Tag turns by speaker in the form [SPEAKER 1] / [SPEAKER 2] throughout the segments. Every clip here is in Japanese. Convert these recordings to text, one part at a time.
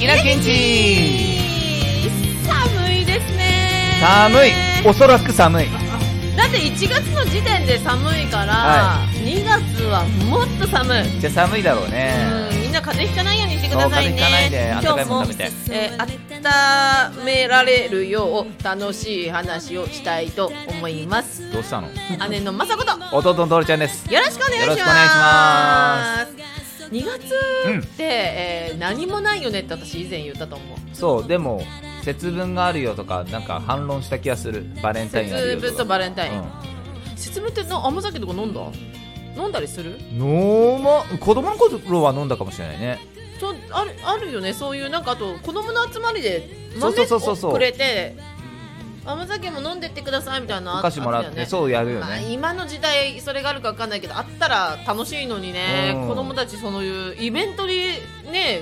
[SPEAKER 1] イラケンチ
[SPEAKER 2] 寒いですね
[SPEAKER 1] 寒いおそらく寒い
[SPEAKER 2] だって1月の時点で寒いから、
[SPEAKER 1] は
[SPEAKER 2] 2月はもっと寒い、
[SPEAKER 1] じゃあ寒いだろうね
[SPEAKER 2] うん、みんな風邪ひかないようにしてください
[SPEAKER 1] そう
[SPEAKER 2] ね
[SPEAKER 1] 風邪ひかないで
[SPEAKER 2] 今日
[SPEAKER 1] 温かいもの
[SPEAKER 2] も
[SPEAKER 1] 食べて
[SPEAKER 2] えー温められるよう楽しい話をしたいと思います
[SPEAKER 1] どうしたの
[SPEAKER 2] 姉の雅子と
[SPEAKER 1] 弟のトルちゃんです
[SPEAKER 2] よろしくお願いしま
[SPEAKER 1] よろ
[SPEAKER 2] す
[SPEAKER 1] しくお願いしま
[SPEAKER 2] 2月
[SPEAKER 1] うん
[SPEAKER 2] って、えー何もないよねって私以前言ったと思う
[SPEAKER 1] そうでも節分があるよとかなんか反論した気がするバレンタインあるよとか
[SPEAKER 2] 節分とバレンタイン、
[SPEAKER 1] うん
[SPEAKER 2] 節分っての甘酒とか飲んだ飲んだりする
[SPEAKER 1] 飲ま子供の頃は飲んだかもしれないね
[SPEAKER 2] ちょあるあるよねそういうなんかあと子供の集まりで
[SPEAKER 1] そう
[SPEAKER 2] 豆
[SPEAKER 1] そうそうそうそう
[SPEAKER 2] をくれて甘酒も飲んでってくださいみたいな
[SPEAKER 1] お菓子もらって
[SPEAKER 2] う
[SPEAKER 1] そうやるよ
[SPEAKER 2] まあ、
[SPEAKER 1] ね
[SPEAKER 2] 今の時代それがあるかわかんないけどあったら楽しいのにね、
[SPEAKER 1] うん
[SPEAKER 2] 子供たちそのいうイベントにね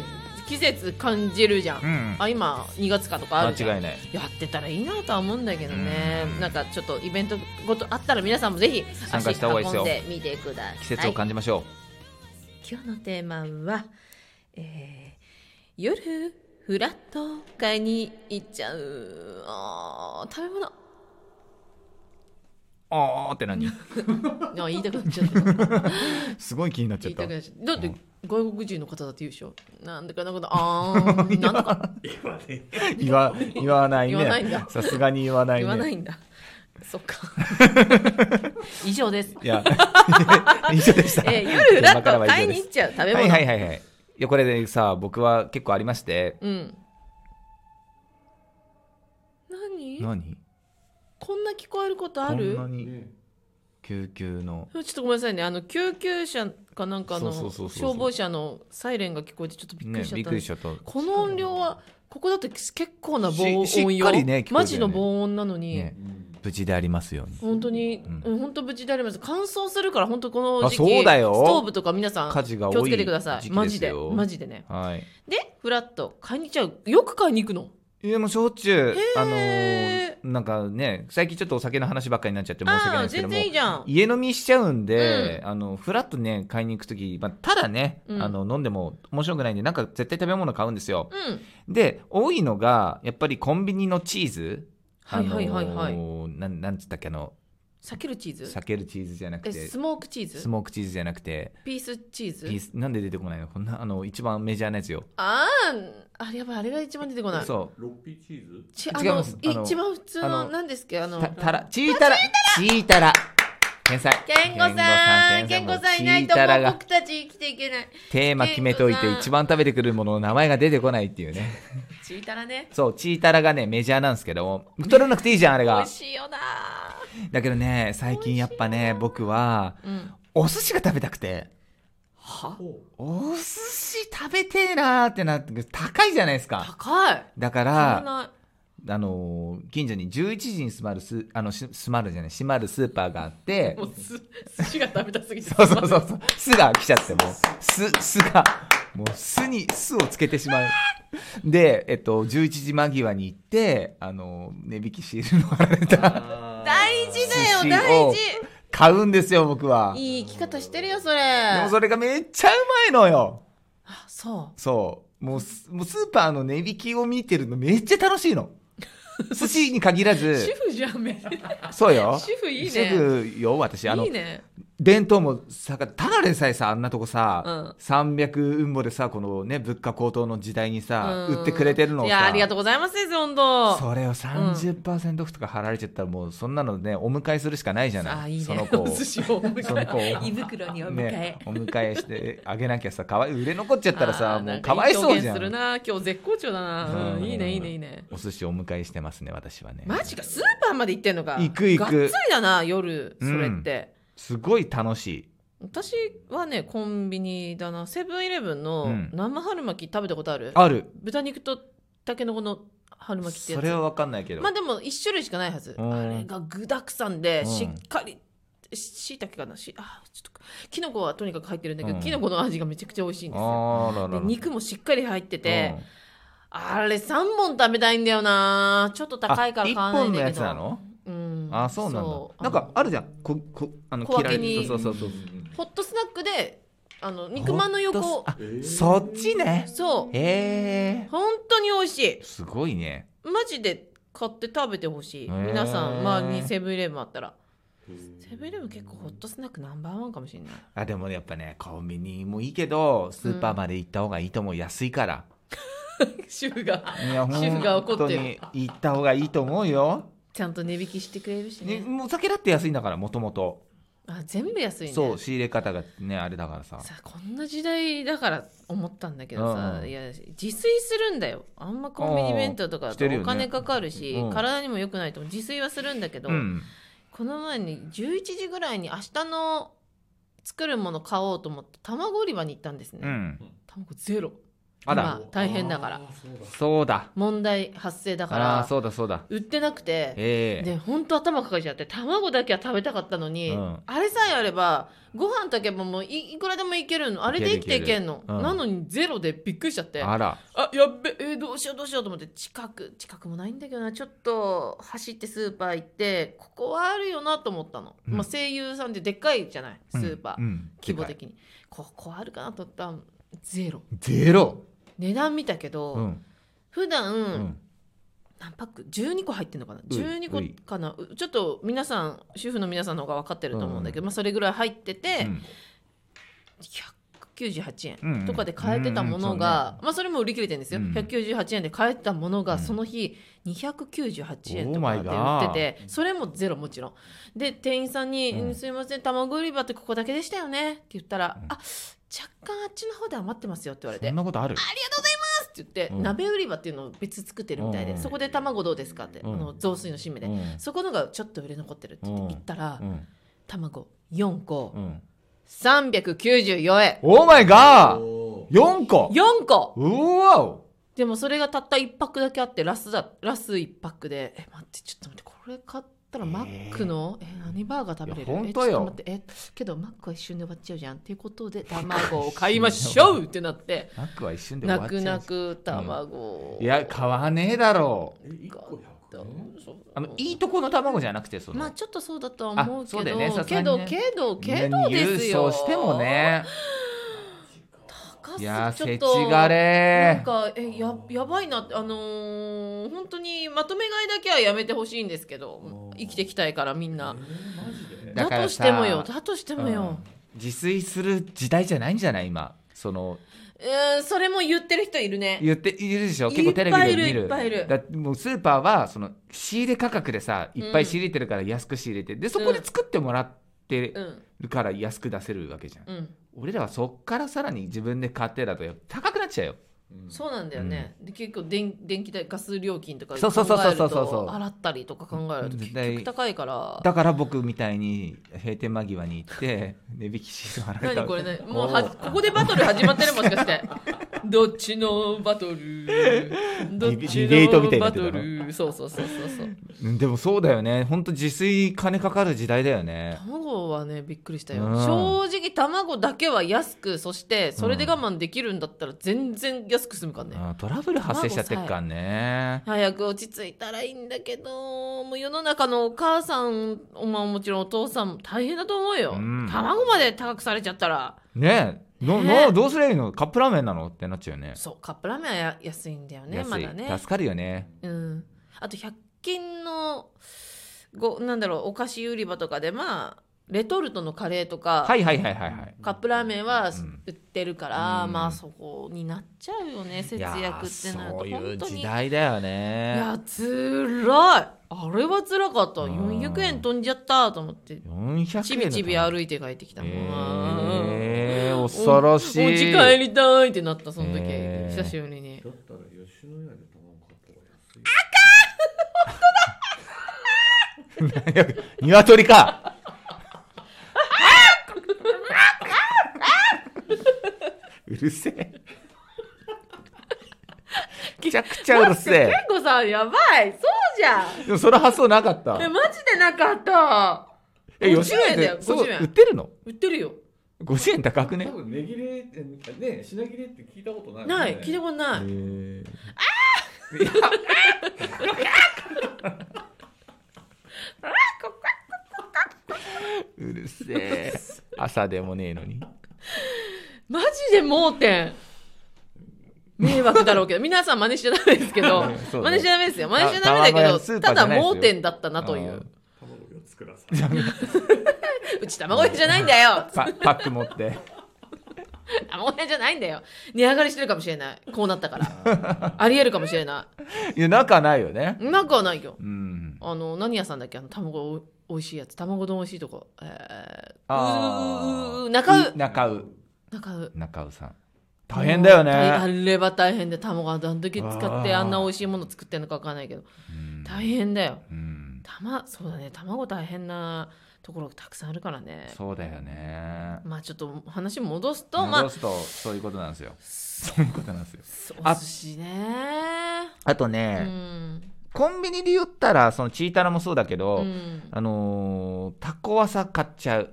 [SPEAKER 2] 季節感じるじゃん、
[SPEAKER 1] うん
[SPEAKER 2] あ今2月かとかあるじゃん
[SPEAKER 1] 間違いない
[SPEAKER 2] やってたらいいなとは思うんだけどね、
[SPEAKER 1] うん
[SPEAKER 2] なんかちょっとイベントごとあったら皆さんもぜひ
[SPEAKER 1] 参加した方がいいですよ
[SPEAKER 2] 足運んでみてください
[SPEAKER 1] 季節を感じましょ
[SPEAKER 2] 今日のテーマは、えー夜フラット買いに行っちゃうあー食べ物
[SPEAKER 1] う、あーって 何
[SPEAKER 2] あ言いたくなっちゃった
[SPEAKER 1] すごい気になっ
[SPEAKER 2] 言いたくなっちゃっただって外国人の方だって言うでしょなんだかなんかあーなんだか
[SPEAKER 1] 言わ言わない
[SPEAKER 2] 言わないんだ
[SPEAKER 1] さすがに言わな
[SPEAKER 2] 言わないんだそっか以上です、
[SPEAKER 1] いや 一緒でした
[SPEAKER 2] えー夜フラッ
[SPEAKER 1] 今から
[SPEAKER 2] ト
[SPEAKER 1] は以上
[SPEAKER 2] 買い
[SPEAKER 1] で
[SPEAKER 2] に
[SPEAKER 1] す
[SPEAKER 2] 行っちゃう食べ物、
[SPEAKER 1] はいはいはいはい。いや、これでさ、僕は結構ありまして。
[SPEAKER 2] うん何
[SPEAKER 1] 何
[SPEAKER 2] こんな聞こえることあ
[SPEAKER 1] こん
[SPEAKER 2] る
[SPEAKER 1] なに救急の。
[SPEAKER 2] ちょっとごめんなさいね、あの救急車かなんかの
[SPEAKER 1] そうそうそうそう
[SPEAKER 2] 消防車のサイレンが聞こえてちょっとびっく
[SPEAKER 1] ね
[SPEAKER 2] りし、ちゃ
[SPEAKER 1] びっ
[SPEAKER 2] っ
[SPEAKER 1] たく
[SPEAKER 2] んで
[SPEAKER 1] り
[SPEAKER 2] す
[SPEAKER 1] しちゃった。
[SPEAKER 2] この音量はここだと結構な防
[SPEAKER 1] しし
[SPEAKER 2] 音
[SPEAKER 1] っ
[SPEAKER 2] よ、
[SPEAKER 1] かりね聞こえてるよね
[SPEAKER 2] マジの防音なのに、
[SPEAKER 1] ね、無事でありますように。
[SPEAKER 2] 本当に、
[SPEAKER 1] う
[SPEAKER 2] うん、本当無事であります乾燥するから本当この
[SPEAKER 1] あ
[SPEAKER 2] 時期
[SPEAKER 1] そうだよ
[SPEAKER 2] ストーブとか皆さん
[SPEAKER 1] 火事が多い
[SPEAKER 2] 気をつけてください
[SPEAKER 1] 時期
[SPEAKER 2] マ
[SPEAKER 1] で
[SPEAKER 2] ジ
[SPEAKER 1] す
[SPEAKER 2] で
[SPEAKER 1] よ
[SPEAKER 2] マジでね
[SPEAKER 1] はい。
[SPEAKER 2] でフラット買いに行っちゃうよく買いに行くの
[SPEAKER 1] いや、もうしょっちゅう、
[SPEAKER 2] へー
[SPEAKER 1] あのー、なんかね、最近ちょっとお酒の話ばっかりになっちゃって申し訳ない
[SPEAKER 2] ああー
[SPEAKER 1] ですけど
[SPEAKER 2] 全
[SPEAKER 1] も。
[SPEAKER 2] 然いいじゃん
[SPEAKER 1] 家飲みしちゃうんで、あのフラッとね買いに行く時、まあ、ただね、
[SPEAKER 2] うん
[SPEAKER 1] あの飲んでも面白くないんでなんか絶対食べ物買うんですよ
[SPEAKER 2] うん
[SPEAKER 1] で多いのがやっぱりコンビニのチーズ
[SPEAKER 2] はいはいはいはい、
[SPEAKER 1] あのーなんなんつったっけあの
[SPEAKER 2] 避けるチーズ
[SPEAKER 1] 避けるチーズじゃなく
[SPEAKER 2] え
[SPEAKER 1] て
[SPEAKER 2] スモークチーズ
[SPEAKER 1] スモークチーズじゃなくて
[SPEAKER 2] ピースチーズ
[SPEAKER 1] ピースなんで出てこないのこんなあの一番メジャーなやつよ
[SPEAKER 2] ああ、あれやばい、あれが一番出てこない。
[SPEAKER 1] そう
[SPEAKER 3] ロッピーチーズ
[SPEAKER 2] ち
[SPEAKER 1] 違いますあ
[SPEAKER 2] あの
[SPEAKER 1] の
[SPEAKER 2] 一番普通
[SPEAKER 1] あ
[SPEAKER 2] の、
[SPEAKER 1] の
[SPEAKER 2] なんですっけど、あの、
[SPEAKER 1] たたらチータラチータラ天才
[SPEAKER 2] 健吾さん、健
[SPEAKER 1] 健
[SPEAKER 2] 吾
[SPEAKER 1] 吾
[SPEAKER 2] さんい
[SPEAKER 1] チ
[SPEAKER 2] ない
[SPEAKER 1] ー
[SPEAKER 2] とも
[SPEAKER 1] タラ
[SPEAKER 2] う
[SPEAKER 1] が
[SPEAKER 2] 僕たち生きていけない。
[SPEAKER 1] テーマ決めとい
[SPEAKER 2] 健吾
[SPEAKER 1] て
[SPEAKER 2] さん
[SPEAKER 1] 一番食べてくるものの名前が出てこないっていうね
[SPEAKER 2] ちいたらね、
[SPEAKER 1] そうチータラがねメジャーなんですけど太らなくていいじゃんあれ
[SPEAKER 2] 美
[SPEAKER 1] が
[SPEAKER 2] 味しいよな。
[SPEAKER 1] だけどね最近やっぱね僕は
[SPEAKER 2] うん。
[SPEAKER 1] お寿司が食べたくて
[SPEAKER 2] は
[SPEAKER 1] お寿司食べてえなーってなって高いじゃないですか
[SPEAKER 2] 高い。
[SPEAKER 1] だか
[SPEAKER 2] 買わ
[SPEAKER 1] ら
[SPEAKER 2] な
[SPEAKER 1] あのー近所に11時に閉まるスあのし閉まるじゃない閉まるスーパーがあって
[SPEAKER 2] い。も うす、寿司が食べたすぎて。
[SPEAKER 1] そうそうそうそう「す」が来ちゃってもう「す」「す」がもう「す」に「す」をつけてしまうで、えっと、11時間際に行ってあのー値引きシールの貼られた
[SPEAKER 2] 大事
[SPEAKER 1] 寿司を
[SPEAKER 2] だよ、大事。
[SPEAKER 1] 買うんですよ僕はい
[SPEAKER 2] い生き方してるよ、それ。
[SPEAKER 1] でもそれがめっちゃうまいのよ
[SPEAKER 2] あそう。
[SPEAKER 1] そうもうすもうスーパーの値引きを見てるのめっちゃ楽しいの 寿司に限らず
[SPEAKER 2] 主婦じゃん、め
[SPEAKER 1] そうよ。
[SPEAKER 2] 主婦いいね
[SPEAKER 1] シェフよ、私。あの、
[SPEAKER 2] いいね。
[SPEAKER 1] 弁当もさ、ただでさえさ、あんなとこさ、
[SPEAKER 2] う
[SPEAKER 1] 300うんぼでさ、このね、物価高騰の時代にさ、
[SPEAKER 2] うん
[SPEAKER 1] 売ってくれてるのを
[SPEAKER 2] い
[SPEAKER 1] さ、
[SPEAKER 2] や、ありがとうございますです、本当。
[SPEAKER 1] それを30%オフとか払われちゃったら、もうそんなのね、お迎えするしかないじゃない。
[SPEAKER 2] あいいね。
[SPEAKER 1] その子を
[SPEAKER 2] お。寿司をお迎え
[SPEAKER 1] その子を
[SPEAKER 2] 胃袋にお迎え。
[SPEAKER 1] ね、お迎えしてあげなきゃさかわい売れ残っちゃったら
[SPEAKER 2] あ
[SPEAKER 1] さ
[SPEAKER 2] ー
[SPEAKER 1] も
[SPEAKER 2] な
[SPEAKER 1] うんかわいそうじ
[SPEAKER 2] 表現
[SPEAKER 1] ゃ
[SPEAKER 2] する
[SPEAKER 1] ん
[SPEAKER 2] な今日絶好調だな、う、
[SPEAKER 1] うんん
[SPEAKER 2] いいねいいねいいね
[SPEAKER 1] お寿司をお迎えしてますね私はね
[SPEAKER 2] マジかスーパーまで行ってんのか
[SPEAKER 1] 行く行く
[SPEAKER 2] がっつりだな夜それって、
[SPEAKER 1] すごい楽しい
[SPEAKER 2] 私はねコンビニだなセブンイレブン
[SPEAKER 1] う
[SPEAKER 2] の
[SPEAKER 1] ん
[SPEAKER 2] 生春巻き食べたことある、
[SPEAKER 1] ある
[SPEAKER 2] 豚肉とタケノコの春巻きってや
[SPEAKER 1] そ
[SPEAKER 2] つ
[SPEAKER 1] れは分かんないけど
[SPEAKER 2] まあでも1種類しかないはず、
[SPEAKER 1] うん
[SPEAKER 2] あれが具だくさんで
[SPEAKER 1] うん
[SPEAKER 2] しっかりしいたけかなしあちょっときのこはとにかく入ってるんだけど、
[SPEAKER 1] うん
[SPEAKER 2] きのこの味がめちゃくちゃ美味しいんですよ
[SPEAKER 1] あらら
[SPEAKER 2] で
[SPEAKER 1] ら
[SPEAKER 2] 肉もしっかり入ってて、あれ3本食べたいんだよなちょっと高いから買わな
[SPEAKER 1] 1
[SPEAKER 2] い
[SPEAKER 1] 本
[SPEAKER 2] ん
[SPEAKER 1] の
[SPEAKER 2] だ
[SPEAKER 1] や
[SPEAKER 2] け
[SPEAKER 1] つ
[SPEAKER 2] ど
[SPEAKER 1] なの
[SPEAKER 2] うん
[SPEAKER 1] あそうなん
[SPEAKER 2] そ
[SPEAKER 1] だな
[SPEAKER 2] う
[SPEAKER 1] んかあるじゃんここあの
[SPEAKER 2] 小分けに
[SPEAKER 1] 切られそうそうそう
[SPEAKER 2] ホットスナックであの肉まんの横
[SPEAKER 1] ホットスあそっちね
[SPEAKER 2] そう
[SPEAKER 1] へえ
[SPEAKER 2] 本当に美味しい
[SPEAKER 1] すごいね
[SPEAKER 2] マジで買って食べてほしい
[SPEAKER 1] へー
[SPEAKER 2] 皆さん周りにセブンイレブンあったらセブンイレブン結構ホットスナックナンバーワンかもしれない
[SPEAKER 1] あでもねやっぱねコンビニもいいけどスーパーまで行った方がいいと思う、安いから
[SPEAKER 2] 主婦が
[SPEAKER 1] いや
[SPEAKER 2] 主婦が怒
[SPEAKER 1] 本
[SPEAKER 2] ってる
[SPEAKER 1] 当に行った方がいいと思うよ、
[SPEAKER 2] ちゃんと値引きしてくれるし
[SPEAKER 1] ね、
[SPEAKER 2] ね
[SPEAKER 1] もうお酒だって安いんだからもともと
[SPEAKER 2] あ全部安いね
[SPEAKER 1] そう仕入れ方がねあれだからさ
[SPEAKER 2] さこんな時代だから思ったんだけどさ、
[SPEAKER 1] うん
[SPEAKER 2] いや自炊するんだよあんまコンビニ弁当とかだ
[SPEAKER 1] してる
[SPEAKER 2] と
[SPEAKER 1] よ
[SPEAKER 2] お
[SPEAKER 1] ね
[SPEAKER 2] 金かかるし、
[SPEAKER 1] うん
[SPEAKER 2] 体にも良くないと思う自炊はするんだけど、
[SPEAKER 1] うん
[SPEAKER 2] この前に11時ぐらいに明日の作るもの買おうと思って卵売り場に行ったんですね、
[SPEAKER 1] うん
[SPEAKER 2] 卵ゼロ
[SPEAKER 1] あら
[SPEAKER 2] まあ大変だから
[SPEAKER 3] あーそうだ
[SPEAKER 1] そうだ
[SPEAKER 2] 問題発生だか
[SPEAKER 1] ああー
[SPEAKER 2] ら
[SPEAKER 1] そうだそうだ
[SPEAKER 2] 売ってなくて
[SPEAKER 1] ええ
[SPEAKER 2] で本当頭抱えちゃって卵だけは食べたかったのに、
[SPEAKER 1] うん
[SPEAKER 2] あれさえあればご飯だけももういいくらでもいけるのあれで生きていけんの
[SPEAKER 1] いけるいけるうん
[SPEAKER 2] なのにゼロでびっくりしちゃって
[SPEAKER 1] あら
[SPEAKER 2] あやっべえーどうしようどうしようと思って近く近くもないんだけどなちょっと走ってスーパー行ってここはあるよなと思ったの、
[SPEAKER 1] うん
[SPEAKER 2] まあ、声優さんってでっかいじゃないスーパー、
[SPEAKER 1] うんうん
[SPEAKER 2] 規模的にここあるかなと思ったらゼロ
[SPEAKER 1] ゼロ
[SPEAKER 2] 値段見たけど、
[SPEAKER 1] うん
[SPEAKER 2] 普段、
[SPEAKER 1] うん
[SPEAKER 2] 何パック12個入ってるのかな
[SPEAKER 1] うい
[SPEAKER 2] 12
[SPEAKER 1] うい
[SPEAKER 2] 個かなうちょっと皆さん主婦の皆さんの方が分かってると思うんだけど、まあ、それぐらい入ってて、198
[SPEAKER 1] うんう
[SPEAKER 2] 円
[SPEAKER 1] ん
[SPEAKER 2] とかで買えてたもの
[SPEAKER 1] うんうん
[SPEAKER 2] が、まあ、それも売り切れてるんですよ、
[SPEAKER 1] うん
[SPEAKER 2] 198円で買えてたもの
[SPEAKER 1] う
[SPEAKER 2] が
[SPEAKER 1] ん
[SPEAKER 2] その日298円
[SPEAKER 1] Oh
[SPEAKER 2] とか
[SPEAKER 1] my
[SPEAKER 2] で売
[SPEAKER 1] god
[SPEAKER 2] っててそれもゼロもちろんで店員さんに「
[SPEAKER 1] うん
[SPEAKER 2] うんすいません卵売り場ってここだけでしたよね」って言ったら「
[SPEAKER 1] うん
[SPEAKER 2] あ若干あっちの方で余ってますよ」って言われて
[SPEAKER 1] そんなことある
[SPEAKER 2] ありがとうございますって言って、
[SPEAKER 1] うん
[SPEAKER 2] 鍋売り場っていうのを別に作ってるみたいで、
[SPEAKER 1] うん
[SPEAKER 2] そこで卵どうですかって、
[SPEAKER 1] うん
[SPEAKER 2] あの雑炊の締めで、
[SPEAKER 1] うん
[SPEAKER 2] そこのがちょっと売れ残ってるって言って
[SPEAKER 1] うん
[SPEAKER 2] 行ったら、
[SPEAKER 1] うん
[SPEAKER 2] 卵4個、
[SPEAKER 1] うん
[SPEAKER 2] 394円
[SPEAKER 1] オーマイガー
[SPEAKER 3] おー
[SPEAKER 1] 4個
[SPEAKER 2] 4個
[SPEAKER 1] うわお
[SPEAKER 2] でもそれがたった1泊だけあってラスだラス1泊でえ待ってちょっと待ってこれ買ったらマックのえ何バーガー食べれ
[SPEAKER 1] い
[SPEAKER 2] る
[SPEAKER 1] や
[SPEAKER 2] え
[SPEAKER 1] 本
[SPEAKER 2] ちょ
[SPEAKER 1] 当
[SPEAKER 2] っ
[SPEAKER 1] よ
[SPEAKER 2] と待ってえけどマックは一瞬で終わっちゃうじゃんっていうこ とで卵を買いましょうってなって
[SPEAKER 1] マックは一瞬で終
[SPEAKER 2] 泣
[SPEAKER 1] わっちゃ
[SPEAKER 2] く
[SPEAKER 1] う
[SPEAKER 2] 泣く卵を、
[SPEAKER 1] いや買わねえだろう
[SPEAKER 3] え一個100円
[SPEAKER 2] そう
[SPEAKER 1] あのいいとこの卵じゃなくてその
[SPEAKER 2] まあちょっとそうだとは思う
[SPEAKER 1] あそ
[SPEAKER 2] け
[SPEAKER 1] うだ
[SPEAKER 2] ど、
[SPEAKER 1] よねさすが
[SPEAKER 2] け
[SPEAKER 1] に
[SPEAKER 2] ど
[SPEAKER 1] ね
[SPEAKER 2] けどけどですよ。
[SPEAKER 1] 郵送しても。ね
[SPEAKER 2] 高す
[SPEAKER 1] い
[SPEAKER 2] ぎ
[SPEAKER 1] やー
[SPEAKER 2] ちょ
[SPEAKER 1] せ
[SPEAKER 2] っと
[SPEAKER 1] ちが
[SPEAKER 2] な
[SPEAKER 1] れ
[SPEAKER 2] ん
[SPEAKER 1] ー
[SPEAKER 2] かえややばいなってあのー本当にまとめ買いだけはやめてほしいんですけど
[SPEAKER 3] うん
[SPEAKER 2] 生きていきたいからみんな
[SPEAKER 3] え。ーマジで
[SPEAKER 1] だ
[SPEAKER 2] だ
[SPEAKER 1] から
[SPEAKER 2] と
[SPEAKER 1] さ
[SPEAKER 2] してもよだとしてもよ、
[SPEAKER 1] うん自炊する時代じゃないんじゃない今その
[SPEAKER 2] えーそれも言ってる人いるね。
[SPEAKER 1] 言っているでしょ結構テレビで見る
[SPEAKER 2] いっぱいいるいっぱ
[SPEAKER 1] だってもうスーパーはその仕入れ価格でさいっぱい仕入れてるから安く仕入れて、でそこで作ってもらって
[SPEAKER 2] うん
[SPEAKER 1] るから安く出せるわけじゃん、
[SPEAKER 2] うん
[SPEAKER 1] 俺らはそっからさらに自分で買ってだと高くなっちゃうよ
[SPEAKER 2] そうなんだよね。で結構電電気代ガス料金とか考
[SPEAKER 1] そうそうそう
[SPEAKER 2] え
[SPEAKER 1] そう
[SPEAKER 2] る
[SPEAKER 1] そうそう
[SPEAKER 2] と洗ったりとか考えると結
[SPEAKER 1] 絶対
[SPEAKER 2] 局高いから。
[SPEAKER 1] だから僕みたいに閉店間際に行 って値引きシート貼られた
[SPEAKER 2] 何これねもうはここでバトル始まってるもし かしてどっちのバトルどっ
[SPEAKER 1] デ
[SPEAKER 2] ち
[SPEAKER 1] ィベートみたいにな
[SPEAKER 2] のバ
[SPEAKER 1] ってた
[SPEAKER 2] ト
[SPEAKER 1] の
[SPEAKER 2] ルそうそうそうそうそう
[SPEAKER 1] うんでもそうだよねほんと自炊金かかる時代だよね
[SPEAKER 2] 卵はねびっくりしたよ
[SPEAKER 1] うん
[SPEAKER 2] 正直卵だけは安くそしてそれで我慢できるんだったら全然安く済むからね、
[SPEAKER 1] あートラブル発生しちゃってっかんね
[SPEAKER 2] 早く落ち着いたらいいんだけどもう世の中のお母さんまあもちろんお父さんも大変だと思うよ、
[SPEAKER 1] うん
[SPEAKER 2] 卵まで高くされちゃったら
[SPEAKER 1] ねえの
[SPEAKER 2] ねえ
[SPEAKER 1] のどうすりゃいいのカップラーメンなのってなっちゃうよね
[SPEAKER 2] そうカップラーメンはや安いんだよね
[SPEAKER 1] 安い
[SPEAKER 2] まだね
[SPEAKER 1] 助かるよね
[SPEAKER 2] うん、あと100均のごなんだろうお菓子売り場とかでまあレトルトのカレーとか、
[SPEAKER 1] はいはいはいはいはい
[SPEAKER 2] カップラーメンは
[SPEAKER 1] うん
[SPEAKER 2] 売ってるから、
[SPEAKER 1] うん
[SPEAKER 2] まあそこになっちゃうよね節
[SPEAKER 1] いや
[SPEAKER 2] 約
[SPEAKER 1] ー
[SPEAKER 2] ってなると
[SPEAKER 1] そういう
[SPEAKER 2] 本当に
[SPEAKER 1] 時
[SPEAKER 2] いや
[SPEAKER 1] 代だよね
[SPEAKER 2] つらいあれはつらかった
[SPEAKER 1] うん
[SPEAKER 2] 400円飛んじゃったと思って
[SPEAKER 1] 400円
[SPEAKER 2] ちびちび歩いて帰ってきたもん
[SPEAKER 1] えー、
[SPEAKER 2] うん
[SPEAKER 1] 恐ろしい
[SPEAKER 2] おお家帰りたいってなったその時、
[SPEAKER 1] えー
[SPEAKER 2] 久しぶりに
[SPEAKER 3] だったら吉野家で卵買った方が安い
[SPEAKER 1] 鶏かうるせえめちゃくちゃうるせえ
[SPEAKER 2] 結構さやばいそうじゃん
[SPEAKER 1] でもその発想なかった
[SPEAKER 2] えマジでなかった
[SPEAKER 1] え
[SPEAKER 2] 50
[SPEAKER 1] 吉野家
[SPEAKER 2] 円だよ
[SPEAKER 1] でそう
[SPEAKER 2] 50円
[SPEAKER 1] 売ってるの
[SPEAKER 2] 売ってるよ
[SPEAKER 1] 50円高くね
[SPEAKER 3] 多分値切れってね品切れって聞いたことないよね
[SPEAKER 2] ない聞いたことない、
[SPEAKER 1] え
[SPEAKER 2] あこ
[SPEAKER 1] うるせえ朝でもねえのに
[SPEAKER 2] マジで盲点迷惑だろ うけど皆さん真似しちゃダメですけど、
[SPEAKER 1] ねそうね
[SPEAKER 2] 真似しちゃダメですよ真似しちゃダメだけ
[SPEAKER 1] た卵
[SPEAKER 2] ど
[SPEAKER 1] 屋スー
[SPEAKER 2] た
[SPEAKER 1] パーじゃ
[SPEAKER 2] だ
[SPEAKER 1] ないですよ
[SPEAKER 2] 盲点だったなとい
[SPEAKER 1] あ
[SPEAKER 2] う
[SPEAKER 1] ー
[SPEAKER 3] 卵を4つください。
[SPEAKER 2] うち卵屋じゃないんだよ
[SPEAKER 1] パパック持って
[SPEAKER 2] 卵屋じゃないんだよ値上がりしてるかもしれないこうなった からありえるかもしれない
[SPEAKER 1] や仲ないよね
[SPEAKER 2] いなくはないよ
[SPEAKER 1] うん
[SPEAKER 2] あの何屋さんだっけあの卵お美味しいやつ卵丼美味しいとこえ
[SPEAKER 1] あ
[SPEAKER 2] ーう
[SPEAKER 1] ー
[SPEAKER 2] う中う
[SPEAKER 1] 中う
[SPEAKER 2] 中う
[SPEAKER 1] 中うさん大変だよ
[SPEAKER 2] もう大あ
[SPEAKER 1] ね
[SPEAKER 2] れは大変で卵あんだけ使って
[SPEAKER 1] あー
[SPEAKER 2] あんな美味しいもの作ってんのかわかんないけど
[SPEAKER 1] うん
[SPEAKER 2] 大変だよ
[SPEAKER 1] うん
[SPEAKER 2] たまそうだね卵大変なところがたくさんあるからね
[SPEAKER 1] そうだよね
[SPEAKER 2] まあちょっと話戻すとま
[SPEAKER 1] 戻
[SPEAKER 2] あ
[SPEAKER 1] すとそういうことなんですよそういうことなんですよ
[SPEAKER 2] お寿司ね
[SPEAKER 1] あと
[SPEAKER 2] う
[SPEAKER 1] ね、
[SPEAKER 2] ん
[SPEAKER 1] コンビニで言ったらそのチータラもそうだけど、
[SPEAKER 2] うん
[SPEAKER 1] あのータコワサ買っちゃう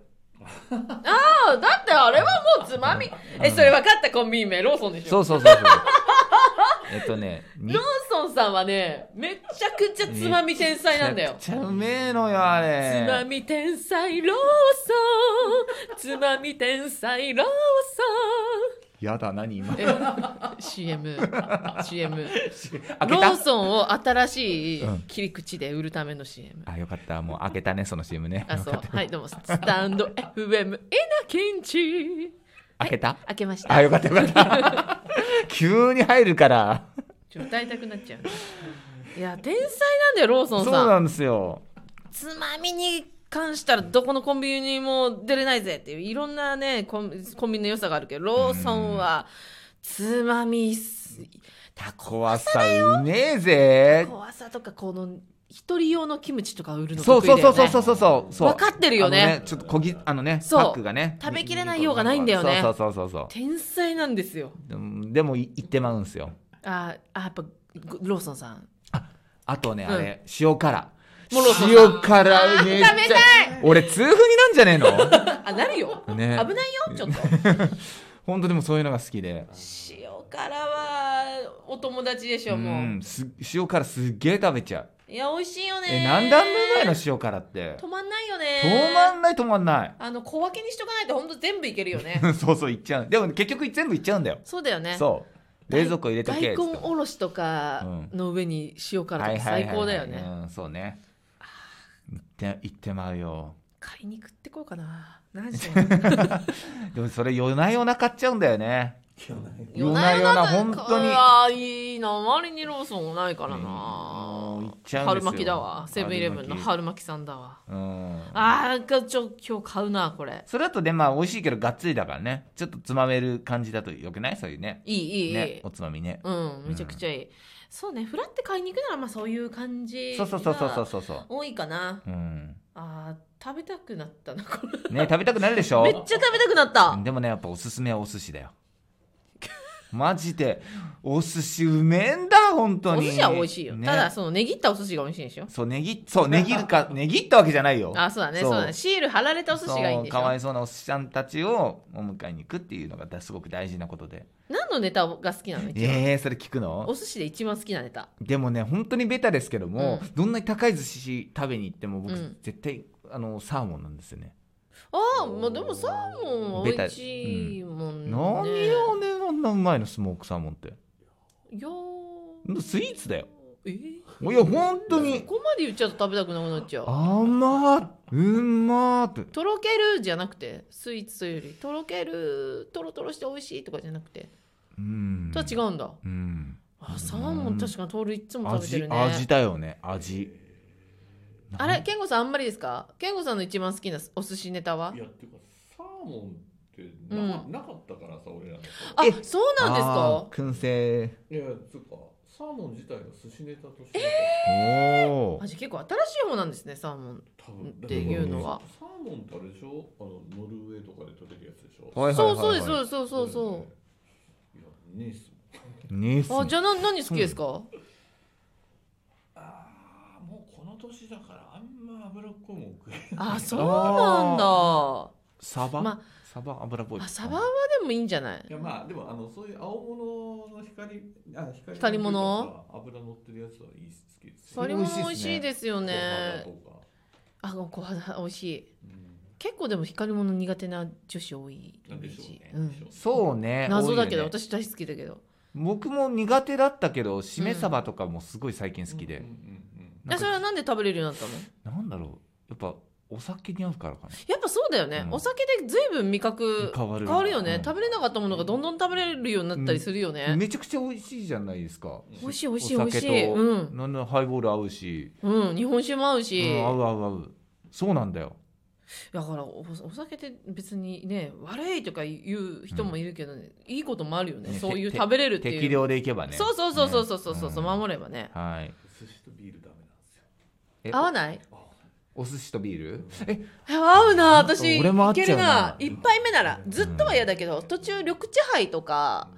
[SPEAKER 2] あだってあれはもうつまみえそれ分かったコンビニ名ローソンでしょ
[SPEAKER 1] そうそうそう そうえっとねに
[SPEAKER 2] ローソンさんはねめちゃくちゃつまみ天才なんだよ
[SPEAKER 1] めちゃくちゃうめえのよあ
[SPEAKER 2] つま
[SPEAKER 1] れ
[SPEAKER 2] み天才ローソンつまみ天才ロー
[SPEAKER 1] やだ何今
[SPEAKER 2] ソンえ CM CM
[SPEAKER 1] 開け
[SPEAKER 2] ロ
[SPEAKER 1] た
[SPEAKER 2] ーソンを新しい
[SPEAKER 1] うん
[SPEAKER 2] 切り口で売るための CM、
[SPEAKER 1] あよかったもう開けたねその CM ね
[SPEAKER 2] あ
[SPEAKER 1] よ
[SPEAKER 2] そ
[SPEAKER 1] かっ
[SPEAKER 2] う
[SPEAKER 1] た
[SPEAKER 2] はいどうもスタンド FM 稲ンチ
[SPEAKER 1] 開けた
[SPEAKER 2] 開けました
[SPEAKER 1] あよかったよかった 急に入るから
[SPEAKER 2] ちょっと歌いたくなっちゃうねいや天才なんだよローソ
[SPEAKER 1] そ
[SPEAKER 2] ン
[SPEAKER 1] う
[SPEAKER 2] さん
[SPEAKER 1] なんですよ
[SPEAKER 2] つまみに関したらどこのコンビニも出れないぜっていういろんなねコンコンビニの良さがあるけどローソンはつまみすタコ
[SPEAKER 1] 怖さうめえぜ
[SPEAKER 2] 怖さとかこの一人用のキムチとか売るの
[SPEAKER 1] そう
[SPEAKER 2] 得意だ
[SPEAKER 1] そ
[SPEAKER 2] よ
[SPEAKER 1] う
[SPEAKER 2] ね
[SPEAKER 1] そうそうそうそうそう
[SPEAKER 2] 分かってるよね
[SPEAKER 1] あのちょっとこぎあのねパ
[SPEAKER 2] そう
[SPEAKER 1] ックがね
[SPEAKER 2] 食べきれないようがないんだよね
[SPEAKER 1] そうそうそうそうそ
[SPEAKER 2] 天才なんですよ
[SPEAKER 1] ううんでもい行ってまうんすよ
[SPEAKER 2] あーあやっぱごローソンさん
[SPEAKER 1] あとね
[SPEAKER 2] うん
[SPEAKER 1] あれ塩辛
[SPEAKER 2] もうローソンさん
[SPEAKER 1] 塩辛めっちゃ
[SPEAKER 2] あー食べたい
[SPEAKER 1] 俺痛風になんじゃねえの
[SPEAKER 2] あなるよ、
[SPEAKER 1] ね
[SPEAKER 2] 危ないよちょっと
[SPEAKER 1] 本当でもそういうのが好きで
[SPEAKER 2] 塩辛はお友達でしょもう、
[SPEAKER 1] んす塩辛すっげえ食べちゃう
[SPEAKER 2] いや美味しいよね
[SPEAKER 1] え何段目ぐらいの塩辛って
[SPEAKER 2] 止まんないよね
[SPEAKER 1] 止まんない止まんない
[SPEAKER 2] あの小分けにしとかないとほんと全部いけるよ ね
[SPEAKER 1] そうそういっちゃうでも結局全部いっちゃうんだよ
[SPEAKER 2] そうだよね
[SPEAKER 1] そう冷蔵庫入れと
[SPEAKER 2] 大
[SPEAKER 1] け
[SPEAKER 2] 根おろしとかの上に塩辛とか最高だよ
[SPEAKER 1] はいはいはい
[SPEAKER 2] ね
[SPEAKER 1] はいうんそうね行って行ってまうよ
[SPEAKER 2] 買いに食ってこうかな何 しよ
[SPEAKER 1] でもそれ夜な夜な買っちゃうんだよね
[SPEAKER 2] う
[SPEAKER 1] 夜な夜な本当に
[SPEAKER 2] うわいいな周りにローソンないから
[SPEAKER 1] もう行
[SPEAKER 2] な
[SPEAKER 1] っちゃうんですよ
[SPEAKER 2] 春巻きだわセブンイレブンの
[SPEAKER 1] 春
[SPEAKER 2] 春巻きさんだわ
[SPEAKER 1] うん
[SPEAKER 2] あーかちょ今日買うなこれ
[SPEAKER 1] それだとねまあ美味しいけどがっつりだからねちょっとつまめる感じだとよくないそういうね
[SPEAKER 2] いいいいいい、
[SPEAKER 1] ねおつまみね
[SPEAKER 2] うんめちゃくちゃいい、そうねフラって買いに行くならまあそういう感じ
[SPEAKER 1] そうそうそうそうそう
[SPEAKER 2] が
[SPEAKER 1] そうそう
[SPEAKER 2] 多いかな
[SPEAKER 1] うん
[SPEAKER 2] あー食べたくなったなこれ
[SPEAKER 1] ね食べたくなるでしょ
[SPEAKER 2] めっちゃ食べたくなった
[SPEAKER 1] でもねやっぱおすすめはお寿司だよマジでお寿司うめえんだ本当
[SPEAKER 2] お
[SPEAKER 1] に
[SPEAKER 2] 寿司は美味しいよ、
[SPEAKER 1] ね
[SPEAKER 2] ただそのねぎったお寿司が美味しいんでしょ
[SPEAKER 1] そうねぎそうねぎるか ねぎったわけじゃないよ
[SPEAKER 2] あそうだねそうだねシール貼られたお寿司がいいんでし
[SPEAKER 1] そうかわ
[SPEAKER 2] ょ
[SPEAKER 1] いそうなお寿司さんたちをお迎えに行くっていうのがだすごく大事なことで
[SPEAKER 2] 何のネタが好きなの一番、
[SPEAKER 1] えー、それ聞く
[SPEAKER 2] お
[SPEAKER 1] の
[SPEAKER 2] 寿司で一番好きなネタ
[SPEAKER 1] でもね本当にベタですけども、
[SPEAKER 2] う
[SPEAKER 1] どんなに高い寿司食べに行っても僕、
[SPEAKER 2] うん
[SPEAKER 1] 絶対あのサーモンなんですよね、
[SPEAKER 2] ああまあでもサーモンは美味しいもんね、
[SPEAKER 1] 何よねあんなうまいのスモークサーモンって
[SPEAKER 2] いや
[SPEAKER 1] ほんとスイーツだよ
[SPEAKER 2] ーえ
[SPEAKER 1] いや本当
[SPEAKER 2] ー、
[SPEAKER 1] に
[SPEAKER 2] ここまで言っちゃうと食べたくなくなっちゃう
[SPEAKER 1] 甘っうまーって
[SPEAKER 2] とろけるじゃなくてスイーツというよりとろけるとろとろして美味しいとかじゃなくて
[SPEAKER 1] うん
[SPEAKER 2] とは違うんだ、
[SPEAKER 1] うん
[SPEAKER 2] あサーモン確かにトールいつも食べて
[SPEAKER 1] 味
[SPEAKER 2] るね
[SPEAKER 1] 味だよね味
[SPEAKER 2] あれ、健吾さんあんまりですか健吾さんの一番好きなお寿司ネタはい
[SPEAKER 3] やっていうかサーモンってな,、
[SPEAKER 2] うん
[SPEAKER 3] なかったからさ俺らの頃
[SPEAKER 2] あ
[SPEAKER 1] え
[SPEAKER 2] そうなんですか
[SPEAKER 1] あー燻製
[SPEAKER 3] いやつうかサーモン自体が寿司ネタとして、
[SPEAKER 1] おお
[SPEAKER 2] あじゃあ結構新しい方なんですねサーモン、
[SPEAKER 3] 多分
[SPEAKER 2] っていうのは
[SPEAKER 3] サーモンってあれでしょあのノルウェーとかで取れるやつでしょ
[SPEAKER 1] はいはいはいはい
[SPEAKER 2] そうそうですそうですそうそうそ
[SPEAKER 3] いやねえっすもん
[SPEAKER 1] ねえっす
[SPEAKER 2] うあじゃあな何好きですか、
[SPEAKER 3] ああもうこの年だからあんま脂っこいもん食えない
[SPEAKER 2] あそうなんだ
[SPEAKER 1] サバ、
[SPEAKER 2] ま
[SPEAKER 1] サバ油っぽい
[SPEAKER 2] あサバはでもいいんじゃない
[SPEAKER 3] いやまあでもあのそういう青物の光あ光
[SPEAKER 2] 光り物
[SPEAKER 3] 油乗ってるやつはいい好きで
[SPEAKER 1] れ
[SPEAKER 3] す
[SPEAKER 2] それも美味しいですよ
[SPEAKER 3] よ
[SPEAKER 2] ね
[SPEAKER 3] 小肌とか
[SPEAKER 2] あごは美味しい
[SPEAKER 3] うん
[SPEAKER 2] 結構でも光り物苦手な女子多いイメ
[SPEAKER 3] なんで
[SPEAKER 2] ー
[SPEAKER 3] しょう
[SPEAKER 2] ジ
[SPEAKER 3] ね。
[SPEAKER 2] う
[SPEAKER 3] でしょ
[SPEAKER 2] ん
[SPEAKER 3] う
[SPEAKER 1] そうね
[SPEAKER 2] 謎だけど
[SPEAKER 1] 多いよね
[SPEAKER 2] 私大好きだけど
[SPEAKER 1] 僕も苦手だったけどしめ鯖とかもすごい最近好きで、
[SPEAKER 3] うんうん
[SPEAKER 1] なん
[SPEAKER 2] えそれ
[SPEAKER 1] か
[SPEAKER 2] はなんで食べれるようになったの
[SPEAKER 1] なんだろうやっぱお酒に合うからかな
[SPEAKER 2] やっぱそうだよね、
[SPEAKER 1] うん
[SPEAKER 2] お酒で随分味覚
[SPEAKER 1] 変わる
[SPEAKER 2] 変わるよね、
[SPEAKER 1] うん
[SPEAKER 2] 食べれなかったものがどんどん食べれるようになったりするよね、
[SPEAKER 1] めちゃくちゃ美味しいじゃないですか
[SPEAKER 3] うん
[SPEAKER 2] 美味しい美味しい
[SPEAKER 1] お
[SPEAKER 2] 美
[SPEAKER 1] 酒
[SPEAKER 2] 味し
[SPEAKER 1] と
[SPEAKER 2] いうん、
[SPEAKER 1] なんだハイボール合うし、
[SPEAKER 2] うん、日本酒も合うし、
[SPEAKER 1] うん合う合う合うそうなんだよ
[SPEAKER 2] だからおお酒って別にね悪いとか言う人もいるけどね、いいこともあるよね
[SPEAKER 1] ね
[SPEAKER 2] そういう
[SPEAKER 1] て
[SPEAKER 2] 食べれるっていう
[SPEAKER 1] 適量でいけばね
[SPEAKER 2] そうそうそうそうそうそうそう、
[SPEAKER 1] ねん
[SPEAKER 2] 守ればね
[SPEAKER 1] はい
[SPEAKER 3] 寿司とビールダメなんですよ。
[SPEAKER 1] え
[SPEAKER 2] 合わない
[SPEAKER 3] あ
[SPEAKER 1] お寿司とビールえ
[SPEAKER 2] え合うな
[SPEAKER 1] あ
[SPEAKER 2] 私
[SPEAKER 1] 俺も合
[SPEAKER 2] い
[SPEAKER 1] っちゃ
[SPEAKER 2] け
[SPEAKER 1] う
[SPEAKER 2] る
[SPEAKER 1] な
[SPEAKER 2] な一杯目ならずっとは嫌だけど、
[SPEAKER 3] うん
[SPEAKER 2] 途中緑茶杯とか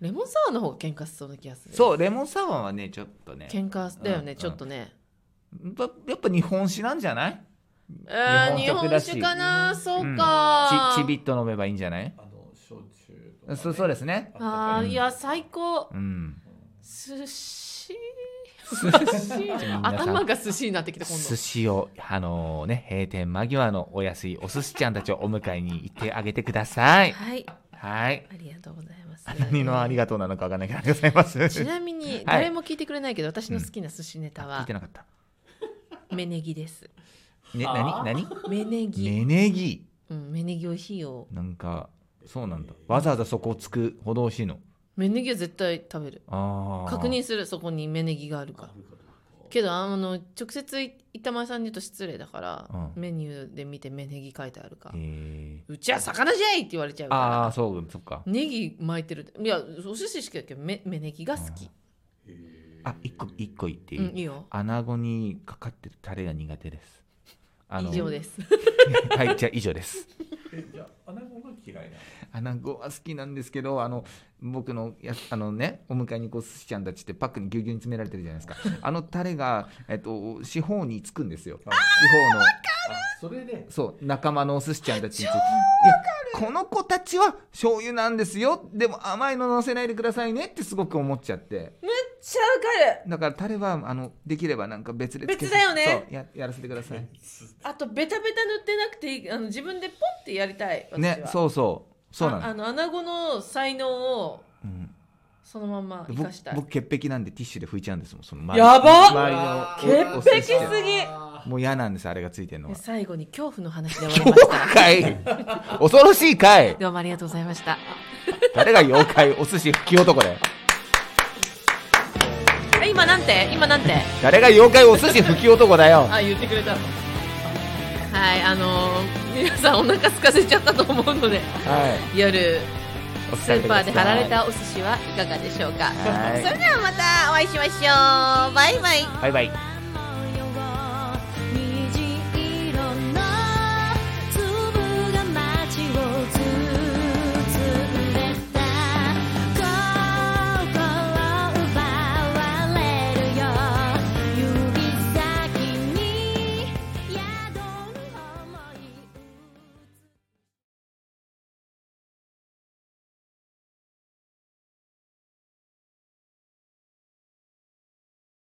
[SPEAKER 3] う
[SPEAKER 2] レモンサワーの方が喧嘩しそうな気がするう
[SPEAKER 1] そうレモンサワーはねちょっとね
[SPEAKER 2] 喧嘩だよね、
[SPEAKER 1] うん
[SPEAKER 2] ちょっとね、
[SPEAKER 1] ややっぱ日本酒なんじゃない
[SPEAKER 2] えー
[SPEAKER 1] 日
[SPEAKER 2] 日
[SPEAKER 1] 本
[SPEAKER 2] 本
[SPEAKER 1] 食だし
[SPEAKER 2] 酒かなそう
[SPEAKER 1] ち
[SPEAKER 2] か、
[SPEAKER 1] ちびっと飲めばいいんじゃない
[SPEAKER 3] んあの焼酎とかね
[SPEAKER 1] そうそうですね
[SPEAKER 2] あーいや最高
[SPEAKER 1] うん
[SPEAKER 2] 寿司
[SPEAKER 1] 寿
[SPEAKER 2] 頭が寿司になってきた今度
[SPEAKER 1] 寿司をあのね閉店間際のお安いお寿司ちゃんたちをお迎えに行ってあげてください
[SPEAKER 2] はい
[SPEAKER 1] はい
[SPEAKER 2] ありがとうございます。
[SPEAKER 1] 何のありがとうなのかわかんないけどありがとうござい ます
[SPEAKER 2] ち
[SPEAKER 1] 聞
[SPEAKER 2] なみに誰も聞いてくれないけど、私の好きな寿司ネタ
[SPEAKER 1] い
[SPEAKER 2] は
[SPEAKER 1] てなかった
[SPEAKER 2] 芽ネギ です。
[SPEAKER 1] ね
[SPEAKER 3] はあ
[SPEAKER 1] 何何
[SPEAKER 2] 芽ネギ、
[SPEAKER 1] ねねぎ
[SPEAKER 2] うん芽ネギ美味しいよ。
[SPEAKER 1] なんかそうなんだわざわざそこをつくほど美味しいの
[SPEAKER 2] 芽ネギは絶対食べる。
[SPEAKER 1] ああ
[SPEAKER 2] 確認するそこに芽ネギがあるか
[SPEAKER 3] あるかどうか
[SPEAKER 2] けどあの直接板前さんに言うと失礼だから、
[SPEAKER 1] うん
[SPEAKER 2] メニューで見て芽ネギ書いてあるか。
[SPEAKER 1] え
[SPEAKER 2] うちは魚じゃいって言われちゃう
[SPEAKER 1] あ
[SPEAKER 2] か。
[SPEAKER 1] あそうそっから
[SPEAKER 2] ネギ巻いてる。いやお寿司好きだけど芽芽ネギが好き。
[SPEAKER 3] へー
[SPEAKER 1] あ一個一個言っていい、
[SPEAKER 2] うんいいよ。
[SPEAKER 1] 穴子にかかってるタレが苦手ですあの
[SPEAKER 2] 以上 です。
[SPEAKER 1] はいじゃあ以上です
[SPEAKER 3] えじゃあ穴子が嫌いなの
[SPEAKER 1] 穴子は好きなんですけどあの僕のやあのねお迎えにこう寿司ちゃんたちってパックにぎゅうぎゅうに詰められてるじゃないですかあのタレが、えっと、四方につくんですよ
[SPEAKER 3] あ
[SPEAKER 1] 四方の
[SPEAKER 3] あそれで
[SPEAKER 1] そう仲間のお寿司ちゃんたちについていやこの子たちは醤油なんですよでも甘いの乗せないでくださいねってすごく思っちゃって
[SPEAKER 2] ちゃわかる。
[SPEAKER 1] だからタレはあのできればなんか別でつけて
[SPEAKER 2] 別だよね
[SPEAKER 1] そうややらせてくださ い
[SPEAKER 2] あとベタベタ塗ってなくていいあの自分でポンってやりたい私は
[SPEAKER 1] ね
[SPEAKER 2] う
[SPEAKER 1] そうそうそうな
[SPEAKER 2] ああ
[SPEAKER 1] の、
[SPEAKER 2] の穴子の才能を
[SPEAKER 1] うん、
[SPEAKER 2] そのまま生
[SPEAKER 1] 僕
[SPEAKER 2] かしたい
[SPEAKER 1] 僕潔癖なんでティッシュで拭いちゃうんですもんその周り
[SPEAKER 2] やばっ
[SPEAKER 1] 周りのおお寿司
[SPEAKER 2] 潔癖
[SPEAKER 1] ちゃん
[SPEAKER 2] すぎ
[SPEAKER 1] もう嫌なんですあれがついてるの
[SPEAKER 2] で
[SPEAKER 1] は
[SPEAKER 2] 最後に恐怖の話で終わり
[SPEAKER 1] 妖
[SPEAKER 2] まし た
[SPEAKER 1] 怪恐ろしいかい
[SPEAKER 2] どうもありがとうございました
[SPEAKER 1] 誰が妖怪お寿司吹き男で
[SPEAKER 2] え今なんて今なんて
[SPEAKER 1] 誰が妖怪お寿司吹き男だよ
[SPEAKER 2] あ言ってくれたはいあのー皆さんお腹空かせちゃったと思うので
[SPEAKER 1] はい
[SPEAKER 2] 夜
[SPEAKER 1] お
[SPEAKER 2] スーパーで貼られたお寿司はいかがでしょうか
[SPEAKER 1] はい
[SPEAKER 2] それではまたお会いしましょうバイバイ
[SPEAKER 1] バイバイ